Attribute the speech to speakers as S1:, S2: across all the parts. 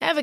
S1: Ever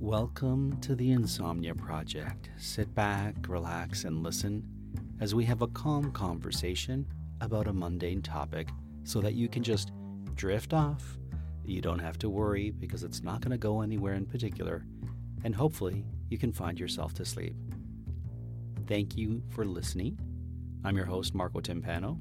S2: Welcome to the Insomnia Project. Sit back, relax, and listen as we have a calm conversation about a mundane topic so that you can just drift off. You don't have to worry because it's not going to go anywhere in particular, and hopefully, you can find yourself to sleep. Thank you for listening. I'm your host, Marco Timpano,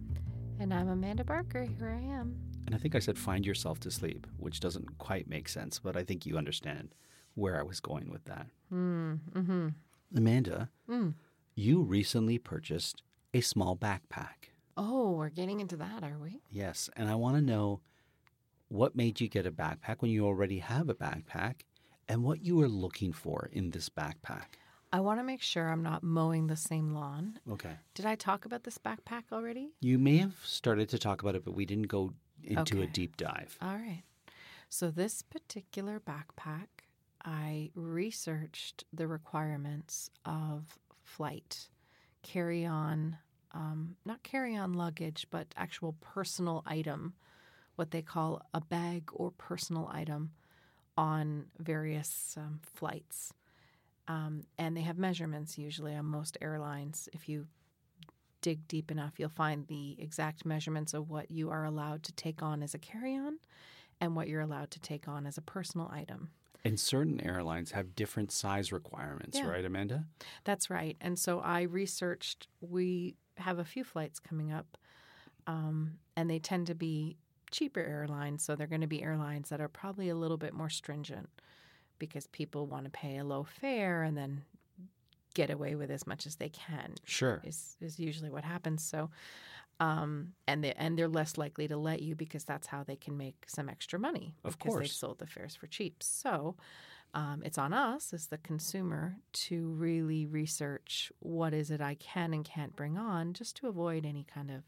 S3: And I'm Amanda Barker. Here I am.
S2: and I think I said find yourself to sleep, which doesn't quite make sense, but I think you understand where I was going with that.
S3: Mm, mm-hmm.
S2: Amanda,
S3: Mm.
S2: you recently purchased a small backpack.
S3: Oh, we're getting into that, are we?
S2: Yes, and I want to know what made you get a backpack when you already have a backpack and what you were looking for in this backpack.
S3: I want to make sure I'm not mowing the same lawn.
S2: Okay.
S3: Did I talk about this backpack already?
S2: You may have started to talk about it, but we didn't go into a
S3: Okay.
S2: deep dive.
S3: All right. So, this particular backpack, I researched the requirements of flight, carry on, um, not carry on luggage, but actual personal item, what they call a bag or personal item on various um, flights. Um, and they have measurements usually on most airlines. If you dig deep enough, you'll find the exact measurements of what you are allowed to take on as a carry on and what you're allowed to take on as a personal item.
S2: And certain airlines have different size requirements,
S3: Yeah.
S2: right, Amanda?
S3: That's right. And so I researched, we have a few flights coming up, um, and they tend to be cheaper airlines. So they're going to be airlines that are probably a little bit more stringent because people want to pay a low fare and then get away with as much as they can.
S2: Sure.
S3: is is usually what happens. So, um, and they and they're less likely to let you because that's how they can make some extra money.
S2: Of
S3: because they've
S2: course.
S3: sold the fares for cheap. So, um, it's on us as the consumer to really research what is it I can and can't bring on, just to avoid any kind of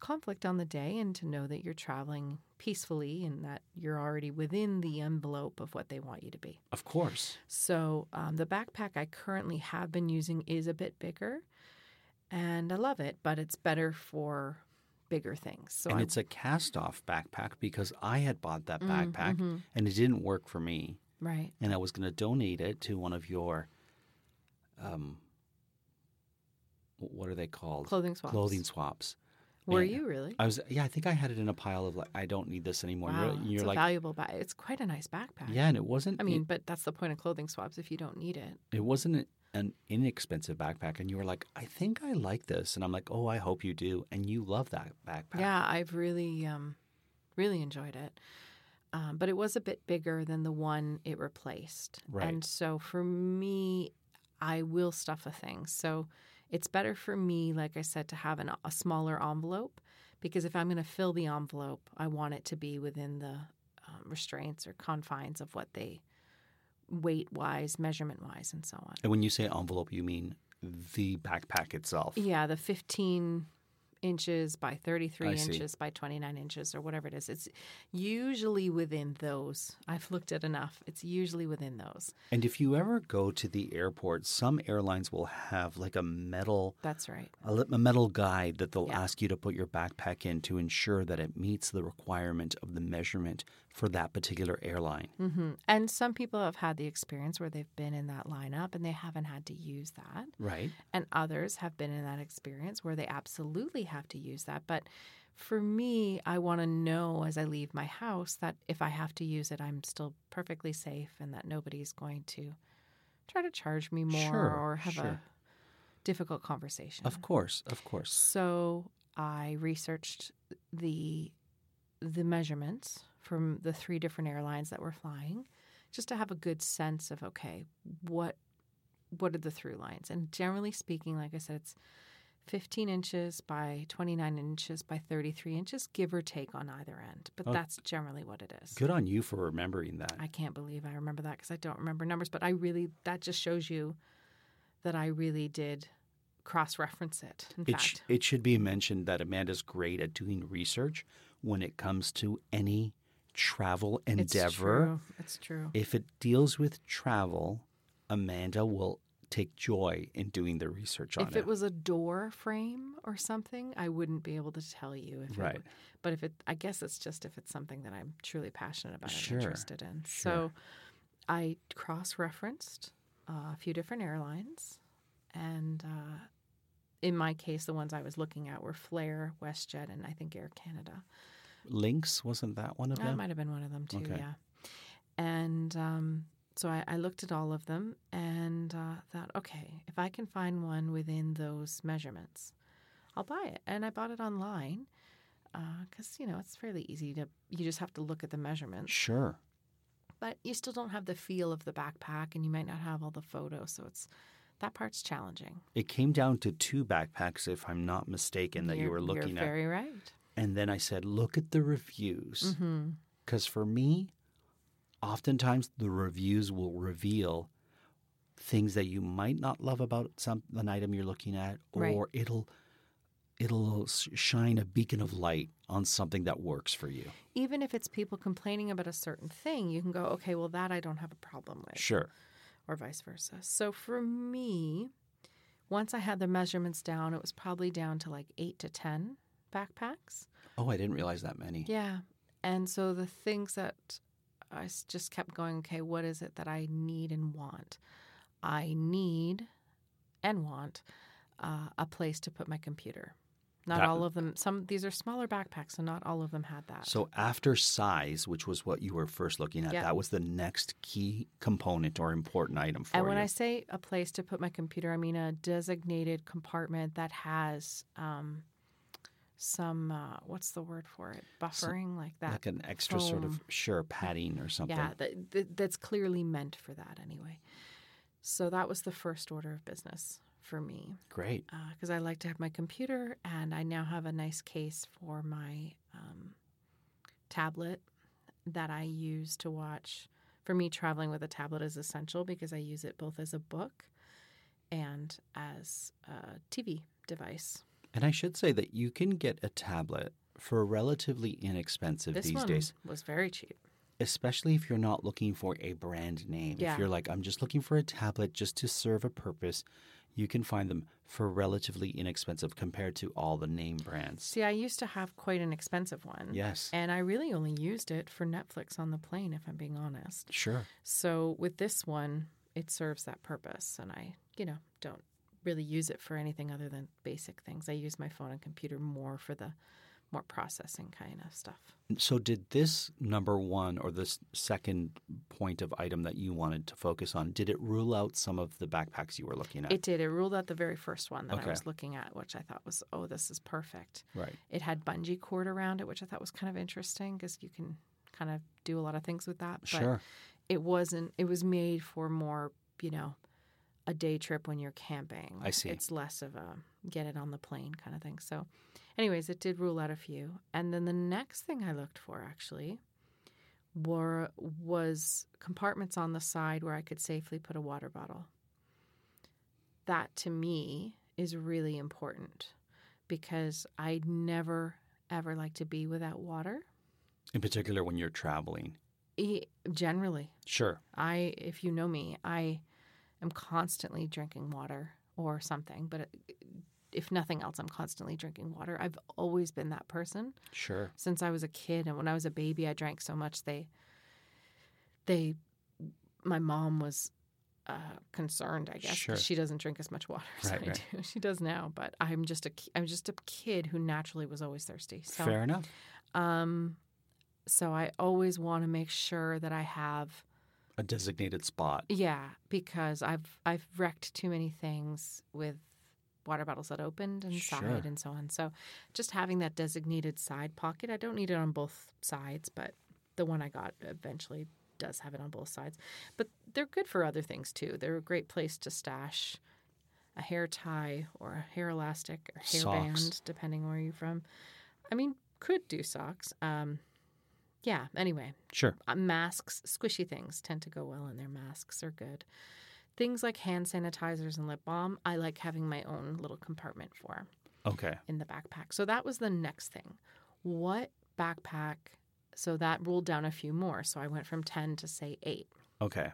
S3: conflict on the day, and to know that you're traveling peacefully and that you're already within the envelope of what they want you to be.
S2: Of course.
S3: So um, the backpack I currently have been using is a bit bigger, and I love it, but it's better for bigger things. So
S2: and
S3: I- Mm,
S2: it's a cast off backpack because I had bought that
S3: Mm-hmm.
S2: backpack and it didn't work for me.
S3: right.
S2: and I was going to donate it to one of your, um, what are they called?
S3: Clothing swaps.
S2: Clothing swaps.
S3: Were
S2: And
S3: you really?
S2: I was. Yeah, I think I had it in a pile of like, I don't need this anymore. And
S3: wow,
S2: you're, and you're
S3: it's
S2: like,
S3: a valuable bag. It's quite a nice backpack.
S2: yeah, and it wasn't.
S3: I mean, but that's the point of clothing swaps. If you don't need it,
S2: it, it wasn't an inexpensive backpack, and you were like, I think I like this, and I'm like, oh, I hope you do, and you love that backpack.
S3: yeah, I've really, um, really enjoyed it. Um, but it was a bit bigger than the one it replaced.
S2: Right.
S3: And so for me, I will stuff a thing. So it's better for me, like I said, to have an, a smaller envelope because if I'm going to fill the envelope, I want it to be within the um, restraints or confines of what they weight wise, measurement wise, and so on.
S2: And when you say envelope, you mean the backpack itself.
S3: Yeah, the 15 inches by 33
S2: I see.
S3: inches by 29 inches or whatever it is. It's usually within those. I've looked at enough. It's usually within those.
S2: And if you ever go to the airport, some airlines will have like a metal
S3: That's right.
S2: a, li- a metal guide that they'll
S3: Yeah.
S2: ask you to put your backpack in to ensure that it meets the requirement of the measurement for that particular airline.
S3: hmm And some people have had the experience where they've been in that lineup and they haven't had to use that.
S2: Right.
S3: And others have been in that experience where they absolutely have to use that. But for me, I want to know as I leave my house that if I have to use it, I'm still perfectly safe and that nobody's going to try to charge me more
S2: Sure,
S3: or have
S2: sure.
S3: a difficult conversation.
S2: Of course. Of course.
S3: So I researched the the measurements from the three different airlines that were flying, just to have a good sense of okay, what what are the through lines? And generally speaking, like I said, it's 15 inches by 29 inches by 33 inches, give or take on either end. But
S2: Oh.
S3: that's generally what it is.
S2: Good on you for remembering that.
S3: I can't believe I remember that because I don't remember numbers, but I really that just shows you that I really did cross reference it. In
S2: It,
S3: fact,
S2: sh- it should be mentioned that Amanda's great at doing research when it comes to any travel endeavor.
S3: It's true. It's true.
S2: If it deals with travel, Amanda will take joy in doing the research on
S3: if it, was a door frame or something, I wouldn't be able to tell you. If it
S2: Right.
S3: w- but if it, I guess it's just if it's something that I'm truly passionate about
S2: Sure.
S3: and interested in.
S2: Sure.
S3: So I cross referenced uh, a few different airlines. And uh, in my case, the ones I was looking at were Flair, WestJet, and I think Air Canada.
S2: Lynx wasn't that one of
S3: That
S2: them?
S3: might have been one of them too.
S2: Okay.
S3: Yeah. And um, so I, I looked at all of them and uh, thought, okay, if I can find one within those measurements, I'll buy it. And I bought it online because you know it's fairly easy to. You just have to look at the measurements,
S2: Sure.
S3: but you still don't have the feel of the backpack, and you might not have all the photos. So it's that part's challenging.
S2: It came down to two backpacks, if I'm not mistaken, that you
S3: You're-
S2: were looking
S3: You're
S2: at.
S3: very right.
S2: And then I said, look at the reviews.
S3: Mm-hmm.
S2: Because for me, oftentimes the reviews will reveal things that you might not love about some an item you're looking at, or
S3: Right.
S2: it'll it'll s- shine a beacon of light on something that works for you.
S3: Even if it's people complaining about a certain thing, you can go, okay, well that I don't have a problem with.
S2: Sure.
S3: or vice versa. So for me, once I had the measurements down, it was probably down to like eight to 10 backpacks.
S2: Oh, I didn't realize that many.
S3: Yeah. And so the things that I s- just kept going, okay, what is it that I need and want? I need and want uh, a place to put my computer. Not
S2: That-
S3: all of them. Some these are smaller backpacks, so not all of them had that.
S2: So after size, which was what you were first looking at,
S3: Yeah.
S2: that was the next key component or important item for
S3: and when
S2: you.
S3: I say a place to put my computer, I mean a designated compartment that has um, some uh, what's the word for it? Buffering like that.
S2: like an extra sort of
S3: foam.
S2: sure padding or something.
S3: yeah, that, that, that's clearly meant for that anyway. So that was the first order of business for me
S2: Great.
S3: because uh, I like to have my computer, and I now have a nice case for my um, tablet that I use to watch. For me, traveling with a tablet is essential because I use it both as a book and as a TV device.
S2: And I should say that you can get a tablet for relatively inexpensive
S3: this
S2: these
S3: one
S2: days,
S3: was very cheap.
S2: especially if you're not looking for a brand name.
S3: Yeah.
S2: If you're like, I'm just looking for a tablet just to serve a purpose, you can find them for relatively inexpensive compared to all the name brands.
S3: See, I used to have quite an expensive one.
S2: Yes.
S3: And I really only used it for Netflix on the plane, if I'm being honest.
S2: Sure.
S3: So with this one, it serves that purpose, and I, you know, don't really use it for anything other than basic things. I use my phone and computer more for the more processing kind of stuff.
S2: So, did this number one or this second point of item that you wanted to focus on, did it rule out some of the backpacks you were looking at?
S3: It did. It ruled out the very first one that
S2: Okay.
S3: I was looking at, which I thought was, oh, this is perfect.
S2: right.
S3: It had bungee cord around it, which I thought was kind of interesting because you can kind of do a lot of things with that. But
S2: Sure.
S3: It wasn't. It was made for more, you know, a day trip when you're camping.
S2: I see.
S3: It's less of a get it on the plane kind of thing. So, anyways, it did rule out a few. And then the next thing I looked for actually were was compartments on the side where I could safely put a water bottle. That to me is really important because I never ever like to be without water.
S2: In particular, when you're traveling.
S3: E- generally,
S2: Sure.
S3: I, if you know me, I am constantly drinking water or something, but if nothing else, I'm constantly drinking water. I've always been that person
S2: Sure.
S3: since I was a kid and when I was a baby I drank so much they they my mom was uh, concerned I guess 'cause
S2: Sure.
S3: she doesn't drink as much water as
S2: Right,
S3: I
S2: right.
S3: do she does now but I'm just a ki- I'm just a kid who naturally was always thirsty so
S2: Fair enough.
S3: um so I always want to make sure that I have
S2: A designated spot.
S3: yeah because I've I've wrecked too many things with water bottles that opened and
S2: Sure.
S3: side and so on so just having that designated side pocket I don't need it on both sides but the one I got eventually does have it on both sides but they're good for other things too they're a great place to stash a hair tie or a hair elastic or hair
S2: Socks.
S3: band depending where you're from I mean could do socks um yeah anyway
S2: Sure.
S3: uh, masks, squishy things tend to go well in their masks are good. Things like hand sanitizers and lip balm, I like having my own little compartment for
S2: Okay.
S3: in the backpack. So that was the next thing. What backpack? So that rolled down a few more. So I went from 10 to say 8.
S2: Okay.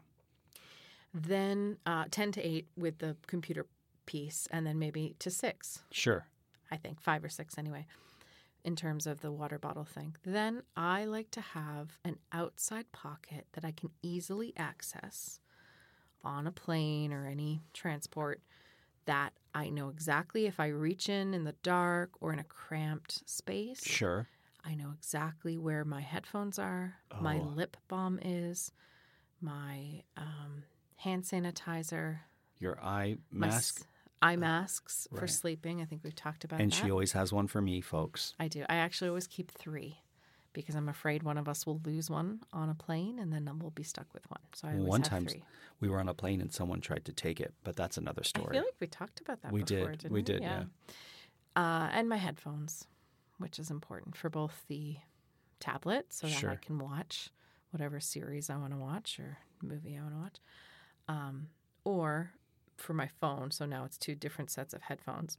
S3: Then uh, 10 to 8 with the computer piece, and then maybe to 6.
S2: Sure.
S3: I think five or six anyway, in terms of the water bottle thing. Then I like to have an outside pocket that I can easily access on a plane or any transport that I know exactly if I reach in in the dark or in a cramped space.
S2: Sure.
S3: I know exactly where my headphones are, my
S2: Oh.
S3: lip balm is, my um, hand sanitizer,
S2: Your eye
S3: my
S2: mask. Uh,
S3: s- eye masks for
S2: right.
S3: sleeping. I think we've talked about
S2: And
S3: that.
S2: she always has one for me, folks.
S3: I do. I actually always keep three because I'm afraid one of us will lose one on a plane and then we'll be stuck with one. So I always
S2: one
S3: have
S2: time
S3: three.
S2: we were on a plane and someone tried to take it, but that's another story.
S3: I feel like we talked about that
S2: We
S3: before,
S2: did.
S3: didn't
S2: We did,
S3: Uh, and my headphones, which is important for both the tablet so that I
S2: Sure.
S3: can watch whatever series I want to watch or movie I want to watch, um, or for my phone. So now it's two different sets of headphones.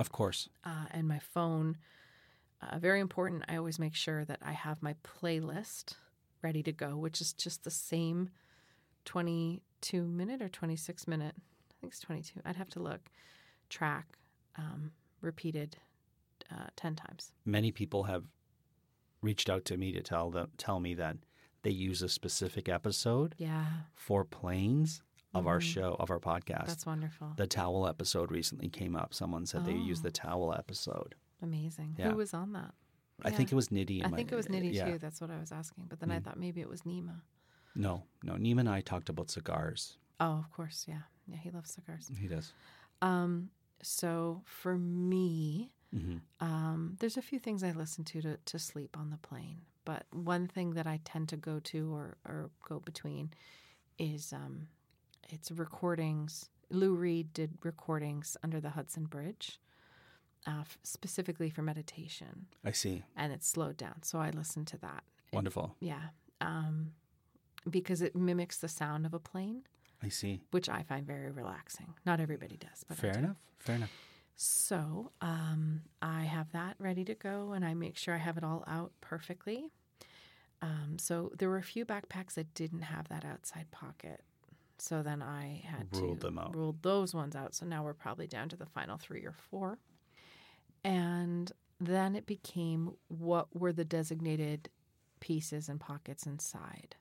S2: of course.
S3: uh, and my phone. Uh, very important. I always make sure that I have my playlist ready to go, which is just the same 22 minute or 26 minute. I think it's 22. I'd have to look. Track um, repeated uh, 10 times.
S2: Many people have reached out to me to tell them tell me that they use a specific episode
S3: Yeah,
S2: for planes of our
S3: Mhm.
S2: show, of our podcast.
S3: that's wonderful.
S2: the towel episode recently came up. Someone said they used
S3: Oh.
S2: the towel episode.
S3: Amazing.
S2: Yeah.
S3: Who was on that?
S2: I
S3: Yeah.
S2: think it was Nitty. and
S3: I
S2: my- uh,
S3: think it was Nitty
S2: yeah.
S3: too. That's what I was asking. But then I
S2: Mhm.
S3: thought maybe it was Nima.
S2: No, no. Neiman and I talked about cigars.
S3: Oh, of course. Yeah. Yeah, he loves cigars.
S2: He does.
S3: Um, so for me,
S2: hmm
S3: Um, there's a few things I listen to, to to sleep on the plane, but one thing that I tend to go to or, or go between is um, it's recordings. Lou Reed did recordings under the Hudson Bridge, uh, f- specifically for meditation,
S2: I see.
S3: and it's slowed down. So I listen to that.
S2: Wonderful.
S3: Yeah, um, because it mimics the sound of a plane,
S2: I see.
S3: which I find very relaxing. Not everybody does, but I
S2: Fair
S3: do.
S2: enough. Fair enough.
S3: So um, I have that ready to go, and I make sure I have it all out perfectly. Um, so there were a few backpacks that didn't have that outside pocket. So then I had
S2: Ruled
S3: to
S2: them out.
S3: rule those ones out. So now we're probably down to the final three or four. And then it became what were the designated pieces and pockets inside,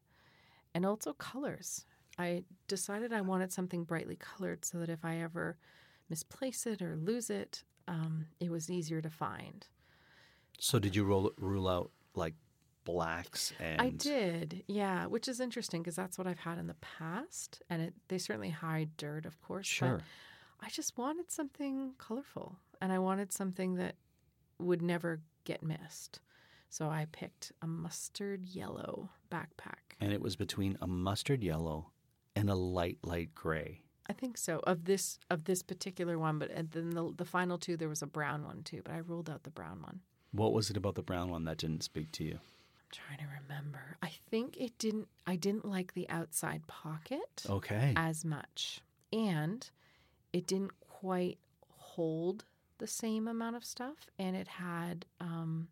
S3: and also colors. I decided I wanted something brightly colored so that if I ever misplace it or lose it, um, it was easier to find.
S2: So did you roll, rule out like blacks and?
S3: I did, yeah, which is interesting because that's what I've had in the past, and it, they certainly hide dirt, of course. but
S2: Sure.
S3: I just wanted something colorful, and I wanted something that would never get missed. So I picked a mustard yellow backpack.
S2: And it was between a mustard yellow and a light light gray.
S3: I think so of this of this particular one, but and then the, the final two there was a brown one too, but I ruled out the brown one.
S2: What was it about the brown one that didn't speak to you?
S3: I'm trying to remember. I think it didn't I didn't like the outside pocket
S2: Okay.
S3: as much. And it didn't quite hold the same amount of stuff and it had um,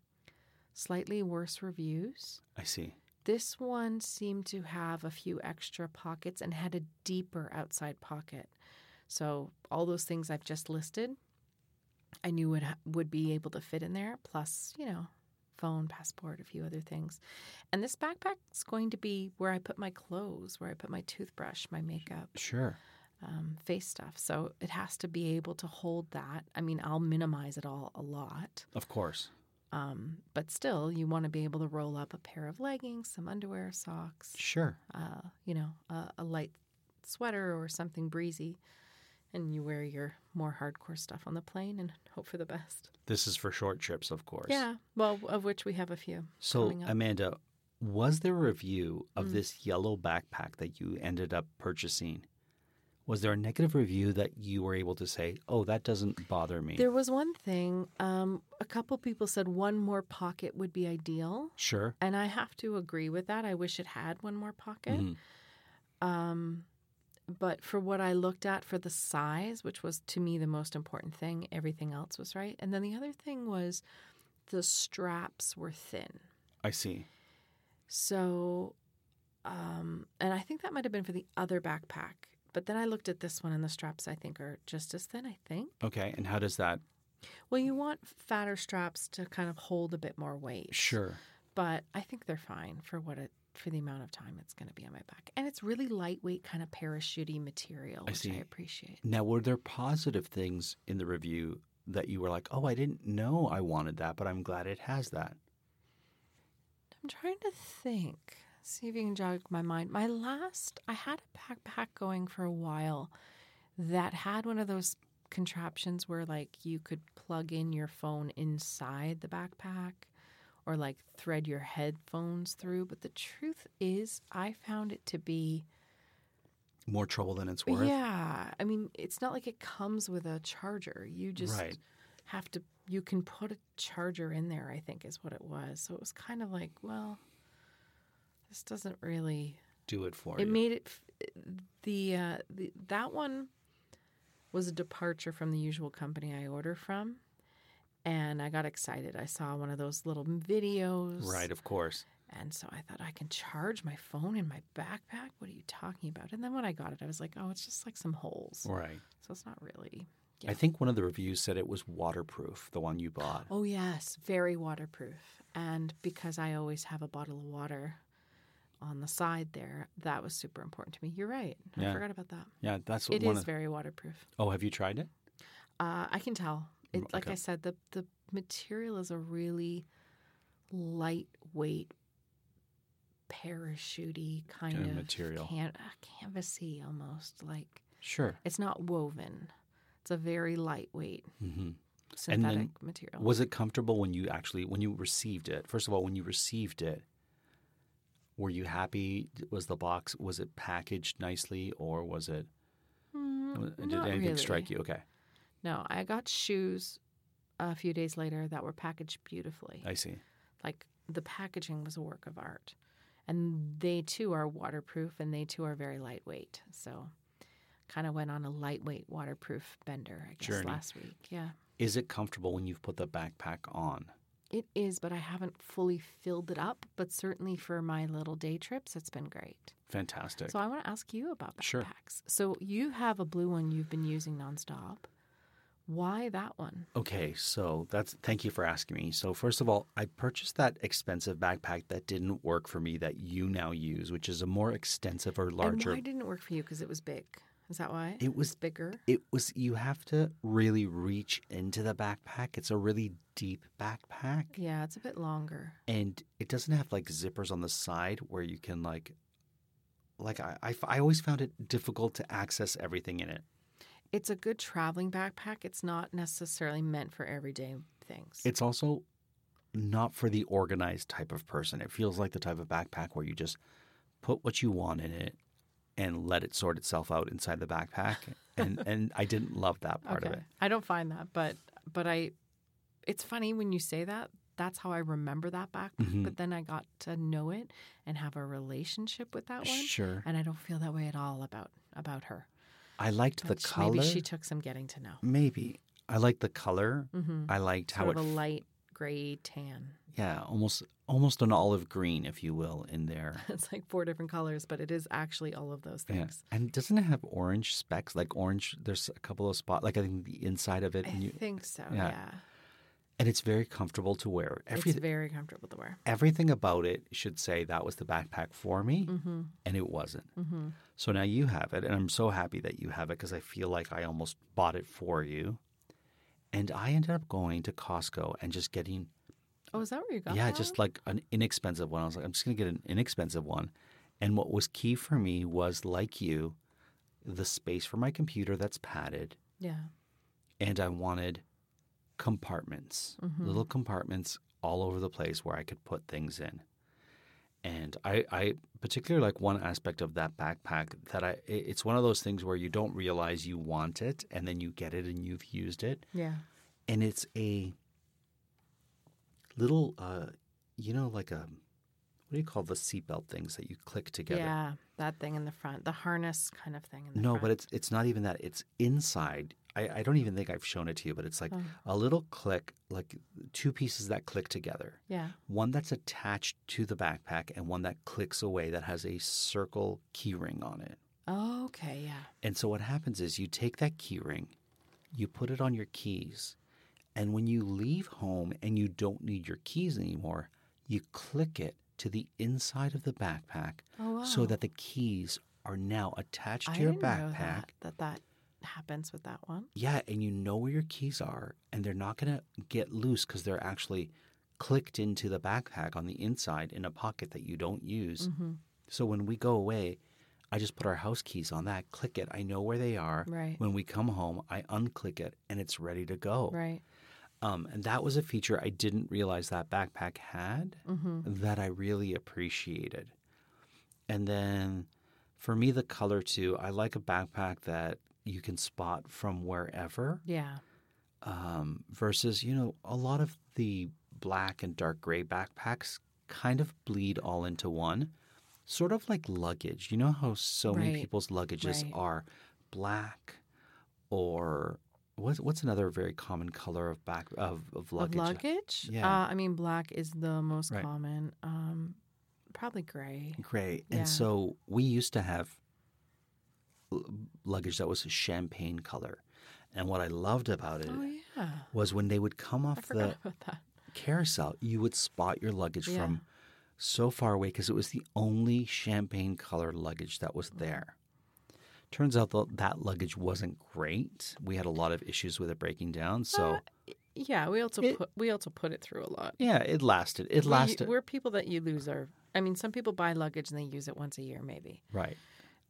S3: slightly worse reviews.
S2: I see.
S3: This one seemed to have a few extra pockets and had a deeper outside pocket. So all those things I've just listed I knew would ha- would be able to fit in there, plus you know, phone, passport, a few other things. And this backpack's going to be where I put my clothes, where I put my toothbrush, my makeup,
S2: Sure.
S3: um, face stuff. So it has to be able to hold that. I mean, I'll minimize it all a lot,
S2: Of course.
S3: um, but still, you want to be able to roll up a pair of leggings, some underwear, socks,
S2: Sure.
S3: uh, you know, a, a light sweater or something breezy, and you wear your more hardcore stuff on the plane and hope for the best.
S2: This is for short trips, of course.
S3: Yeah, well, of which we have a few.
S2: So,
S3: coming up. Mm.
S2: Amanda, was there a review of this yellow backpack that you ended up purchasing? Was there a negative review that you were able to say, oh, that doesn't bother me?
S3: There was one thing. Um, a couple people said one more pocket would be ideal,
S2: sure.
S3: and I have to agree with that. I wish it had one more pocket.
S2: Mhm.
S3: Um, but for what I looked at for the size, which was to me the most important thing, everything else was right. And then the other thing was the straps were thin.
S2: I see.
S3: So, um, and I think that might have been for the other backpack. But then I looked at this one, and the straps I think are just as thin. I think.
S2: Okay. And how does that?
S3: Well, you want fatter straps to kind of hold a bit more weight.
S2: Sure.
S3: But I think they're fine for what it for the amount of time it's going to be on my back, and it's really lightweight, kind of parachutey material,
S2: I
S3: which I
S2: see.
S3: appreciate.
S2: Now, were there positive things in the review that you were like, oh, I didn't know I wanted that, but I'm glad it has that?
S3: I'm trying to think. See if you can jog my mind. My last, I had a backpack going for a while that had one of those contraptions where, like, you could plug in your phone inside the backpack or, like, thread your headphones through. But the truth is, I found it to be,
S2: More trouble than it's worth?
S3: yeah. I mean, it's not like it comes with a charger. You just
S2: Right.
S3: have to, you can put a charger in there, I think is what it was. So it was kind of like, well, this doesn't really
S2: Do it for
S3: it
S2: you.
S3: made it f- the, uh, the that one was a departure from the usual company I order from, and I got excited. I saw one of those little videos,
S2: right, of course.
S3: And so I thought I can charge my phone in my backpack. What are you talking about? And then when I got it, I was like, oh, it's just like some holes,
S2: Right.
S3: so it's not really.
S2: I think one of the reviews said it was waterproof, the one you bought.
S3: Oh yes, very waterproof. And because I always have a bottle of water on the side there, that was super important to me. You're right. I
S2: Yeah.
S3: forgot about that.
S2: Yeah, that's
S3: It
S2: one
S3: is
S2: of.
S3: very waterproof.
S2: oh, have you tried it?
S3: Uh, I can tell. It,
S2: Mm,
S3: Like
S2: okay.
S3: I said, the the material is a really lightweight, parachutey kind
S2: Kind of
S3: of
S2: material.
S3: can, uh, canvasy almost. Like
S2: Sure.
S3: it's not woven. It's a very lightweight
S2: hmm then
S3: synthetic material.
S2: Was it comfortable when you actually when you received it? First of all, when you received it, were you happy? Was the box was it packaged nicely, or was it?
S3: Mm,
S2: Did
S3: not
S2: anything
S3: really.
S2: strike you? Okay,
S3: No, I got shoes a few days later that were packaged beautifully.
S2: I see.
S3: like the packaging was a work of art and they too are waterproof and they too are very lightweight so kind of went on a lightweight waterproof bender i guess
S2: Journey.
S3: last week yeah
S2: Is it comfortable when you've put the backpack on?
S3: it is but i haven't fully filled it up but certainly for my little day trips it's been great
S2: Fantastic.
S3: so i want to ask you about backpacks
S2: Sure.
S3: so you have a blue one you've been using nonstop why that one
S2: Okay, so that's thank you for asking me. So first of all, I purchased that expensive backpack that didn't work for me that you now use, which is a more extensive or larger
S3: and why didn't it work for you because it was big is that why
S2: It was-
S3: bigger
S2: it was you have to really reach into the backpack. It's a really deep backpack
S3: yeah it's a bit longer
S2: and it doesn't have like zippers on the side where you can like like I, I f- I always found it difficult to access everything in it.
S3: it's a good traveling backpack. It's not necessarily meant for everyday things.
S2: It's also not for the organized type of person. It feels like the type of backpack where you just put what you want in it and let it sort itself out inside the backpack. and and I didn't love that part of it.
S3: I don't find that, but but I it's funny when you say that. That's how I remember that backpack,
S2: Mhm.
S3: but then I got to know it and have a relationship with that one.
S2: Sure.
S3: And I don't feel that way at all about about her.
S2: I liked the
S3: But sh-
S2: color.
S3: Maybe she took some getting to know.
S2: Maybe. I liked the color.
S3: Mm-hmm.
S2: I liked how
S3: Sort
S2: it
S3: of a light gray tan.
S2: Yeah, almost almost an olive green, if you will, in there.
S3: It's like four different colors, but it is actually all of those
S2: Yeah.
S3: things.
S2: And doesn't it have orange specks? Like orange, there's a couple of spots. Like I think the inside of it,
S3: I
S2: and, you,
S3: think so.
S2: yeah.
S3: Yeah,
S2: and it's very comfortable to wear. Everything,
S3: it's very comfortable to wear.
S2: everything about it should say that was the backpack for me,
S3: Mm-hmm.
S2: and it wasn't. So now you have it, and I'm so happy that you have it because I feel like I almost bought it for you. And I ended up going to Costco and just getting
S3: Oh, is that where you got?
S2: yeah,
S3: that?
S2: just like an inexpensive one. I was like, I'm just going to get an inexpensive one. And what was key for me was, like you, the space for my computer that's padded.
S3: yeah,
S2: And I wanted compartments, little compartments all over the place where I could put things in. And I, I particularly like one aspect of that backpack that I, it- it's one of those things where you don't realize you want it and then you get it and you've used it
S3: yeah.
S2: and it's a little uh you know like a what do you call the seatbelt things that you click together
S3: Yeah, that thing in the front, the harness kind of thing in the
S2: no
S3: front.
S2: but it's it's not even that it's inside I, I don't even think i've shown it to you but it's like
S3: Oh.
S2: a little click like two pieces that click together
S3: yeah,
S2: one that's attached to the backpack and one that clicks away that has a circle keyring on it
S3: oh, okay, yeah,
S2: And so what happens is you take that key ring, you put it on your keys, and when you leave home and you don't need your keys anymore, you click it to the inside of the backpack
S3: Oh,
S2: so
S3: wow.
S2: that the keys are now attached
S3: I
S2: to your
S3: didn't know
S2: backpack.
S3: that, that that happens with that one.
S2: Yeah, and you know where your keys are, and they're not going to get loose because they're actually clicked into the backpack on the inside in a pocket that you don't use.
S3: Mm-hmm.
S2: So when we go away, I just put our house keys on that, click it. I know where they are.
S3: Right.
S2: When we come home, I unclick it and it's ready to go.
S3: Right.
S2: Um, and that was a feature I didn't realize that backpack had
S3: Mm-hmm.
S2: that I really appreciated. And then for me, the color too, I like a backpack that you can spot from wherever
S3: Yeah.
S2: um, versus, you know, a lot of the black and dark gray backpacks kind of bleed all into one, sort of like luggage. You know how so many
S3: Right.
S2: people's luggages
S3: Right.
S2: are black or what's, what's another very common color of back of, of
S3: Of
S2: luggage?
S3: luggage?
S2: Yeah.
S3: Uh, I mean, black is the most
S2: Right.
S3: common. Um, probably gray.
S2: Great.
S3: Yeah.
S2: And so we used to have l- luggage that was champagne color. And what I loved about it
S3: Oh yeah,
S2: was when they would come
S3: I
S2: off the
S3: forgot about that.
S2: carousel, you would spot your luggage
S3: Yeah.
S2: from so far away because it was the only champagne color luggage that was there. Turns out that that luggage wasn't great. We had a lot of issues with it breaking down. So
S3: Uh, Yeah, we also
S2: It-
S3: put we also put it through a lot.
S2: yeah, it lasted. It
S3: We-
S2: lasted.
S3: We're people that you lose our. I mean, some people buy luggage and they use it once a year, maybe.
S2: right.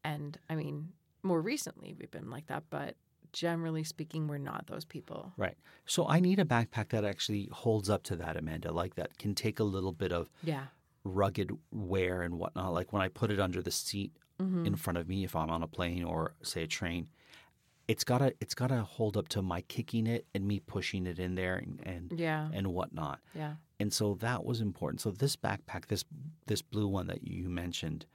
S3: And I mean, more recently we've been like that, but generally speaking, we're not those people.
S2: Right. So I need a backpack that actually holds up to that, Amanda. Like that can take a little bit of
S3: Yeah.
S2: rugged wear and whatnot. Like when I put it under the seat
S3: Mm-hmm.
S2: in front of me, if I'm on a plane or say a train, it's gotta it's gotta hold up to my kicking it and me pushing it in there and and,
S3: Yeah.
S2: and whatnot.
S3: Yeah.
S2: And so that was important. So this backpack, this this blue one that you mentioned,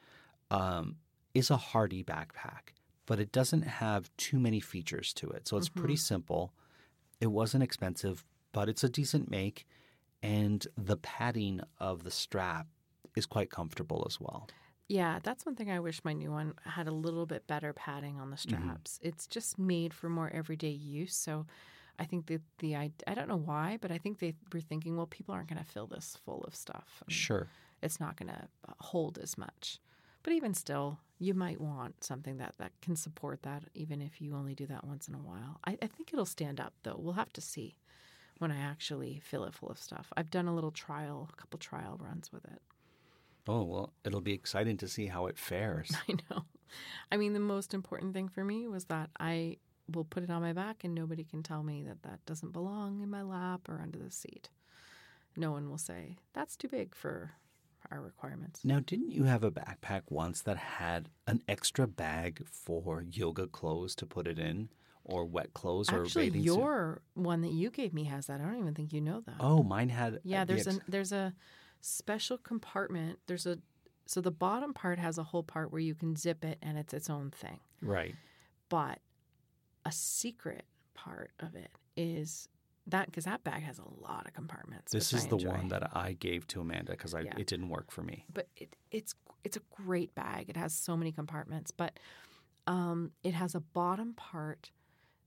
S2: um, is a hardy backpack, but it doesn't have too many features to it. So it's pretty simple. It wasn't expensive, but it's a decent make, and the padding of the strap is quite comfortable as well.
S3: Yeah, that's one thing I wish my new one had a little bit better padding on the straps. It's just made for more everyday use. So I think that the I, I don't know why, but I think they were thinking, well, people aren't going to fill this full of stuff. and
S2: Sure.
S3: It's not going to hold as much. But even still, you might want something that, that can support that, even if you only do that once in a while. I, I think it'll stand up, though. We'll have to see when I actually fill it full of stuff. I've done a little trial, a couple trial runs with it.
S2: Oh well, it'll be exciting to see how it fares.
S3: I know. I mean, the most important thing for me was that I will put it on my back and nobody can tell me that that doesn't belong in my lap or under the seat. No one will say, that's too big for our requirements.
S2: Now, didn't you have a backpack once that had an extra bag for yoga clothes to put it in, or wet clothes, or
S3: Actually,
S2: bathing suit?
S3: your one that you gave me has that. I don't even think you know that.
S2: Oh, mine had.
S3: Yeah,
S2: the
S3: there's
S2: ex-
S3: an there's a special compartment. There's a so the bottom part has a whole part where you can zip it and it's its own thing.
S2: right.
S3: But a secret part of it is That because that bag has a lot of compartments.
S2: This
S3: which
S2: is
S3: I
S2: the
S3: enjoy.
S2: one that I gave to Amanda because
S3: Yeah.
S2: it didn't work for me.
S3: but it, it's it's a great bag. It has so many compartments, but um, it has a bottom part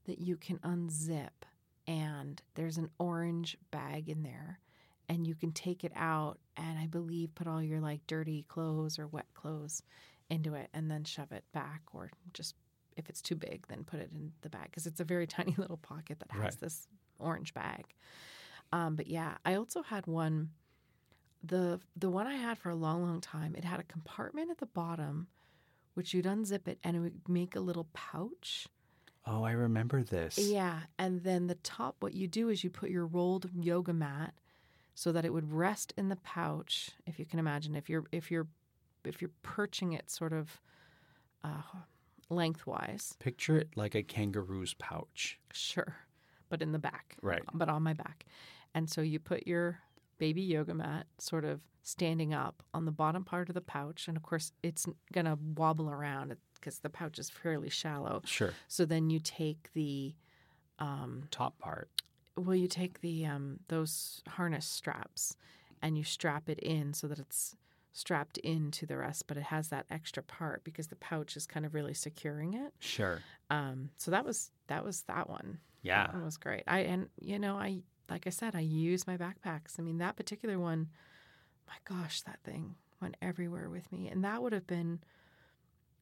S3: that you can unzip, and there's an orange bag in there, and you can take it out and I believe put all your like dirty clothes or wet clothes into it, and then shove it back, or just if it's too big, then put it in the bag because it's a very tiny little pocket that has
S2: Right.
S3: this orange bag. Um, but yeah, I also had one the the one I had for a long, long time, it had a compartment at the bottom, which you'd unzip it and it would make a little pouch.
S2: Oh, I remember this.
S3: Yeah, and then the top. What you do is you put your rolled yoga mat so that it would rest in the pouch. If you can imagine, if you're if you're if you're perching it sort of uh, lengthwise,
S2: Picture it like a kangaroo's pouch.
S3: sure, but in the back,
S2: Right.
S3: But on my back, and so you put your baby yoga mat sort of standing up on the bottom part of the pouch, and of course it's gonna wobble around because the pouch is fairly shallow.
S2: Sure.
S3: So then you take the um,
S2: Top part.
S3: Well, you take the um, those harness straps and you strap it in so that it's strapped into the rest, but it has that extra part because the pouch is kind of really securing it.
S2: Sure.
S3: Um, so that was that was that one.
S2: Yeah.
S3: That one was great. I and you know I like I said I use my backpacks. I mean that particular one, my gosh, that thing went everywhere with me, and that would have been.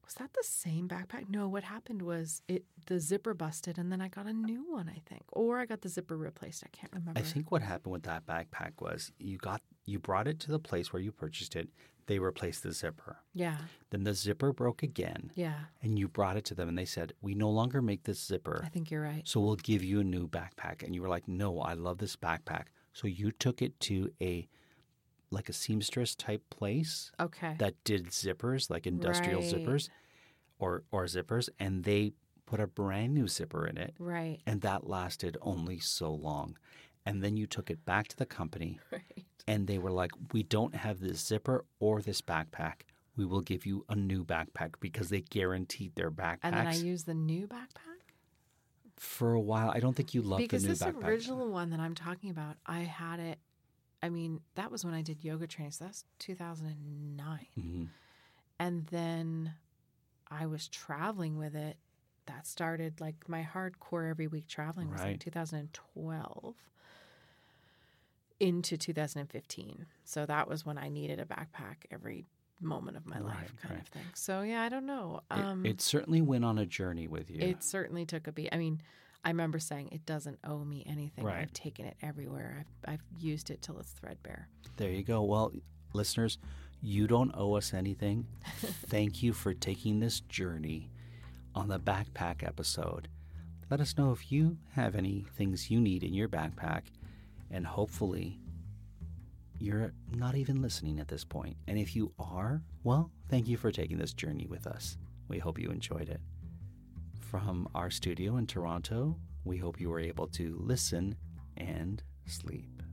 S3: Was that the same backpack? No, what happened was it the zipper busted and then I got a new one, I think. Or I got the zipper replaced. I can't remember.
S2: I think what happened with that backpack was you got you brought it to the place where you purchased it. They replaced the zipper.
S3: Yeah.
S2: Then the zipper broke again,
S3: Yeah.
S2: and you brought it to them, and they said, "We no longer make this zipper,
S3: I think you're right.
S2: so we'll give you a new backpack." And you were like, "No, I love this backpack." So you took it to a like a seamstress type place
S3: Okay.
S2: that did zippers, like industrial
S3: Right.
S2: zippers, or or zippers, and they put a brand new zipper in it.
S3: right.
S2: And that lasted only so long. And then you took it back to the company,
S3: Right.
S2: and they were like, We don't have this zipper or this backpack. We will give you a new backpack because they guaranteed their backpacks
S3: And then I used the new backpack.
S2: for a while. I don't think you loved
S3: because
S2: the new
S3: this
S2: backpack.
S3: original one that I'm talking about, I had it. I mean, that was when I did yoga training. So that's 2009,
S2: Mhm.
S3: and then I was traveling with it. That started like my hardcore every week traveling was like
S2: Right.
S3: 2012 into 2015. So that was when I needed a backpack every moment of my life,
S2: Right,
S3: kind
S2: right.
S3: of thing. So yeah, I don't know. Um,
S2: It- it, certainly went on a journey with you.
S3: It certainly took a beat. I mean, I remember saying it doesn't owe me anything.
S2: Right.
S3: I've taken it everywhere. I've I've used it till it's threadbare.
S2: There you go. Well, listeners, you don't owe us anything. Thank you for taking this journey on the backpack episode. Let us know if you have any things you need in your backpack, and hopefully, you're not even listening at this point. And if you are, well, thank you for taking this journey with us. We hope you enjoyed it. From our studio in Toronto, we hope you were able to listen and sleep.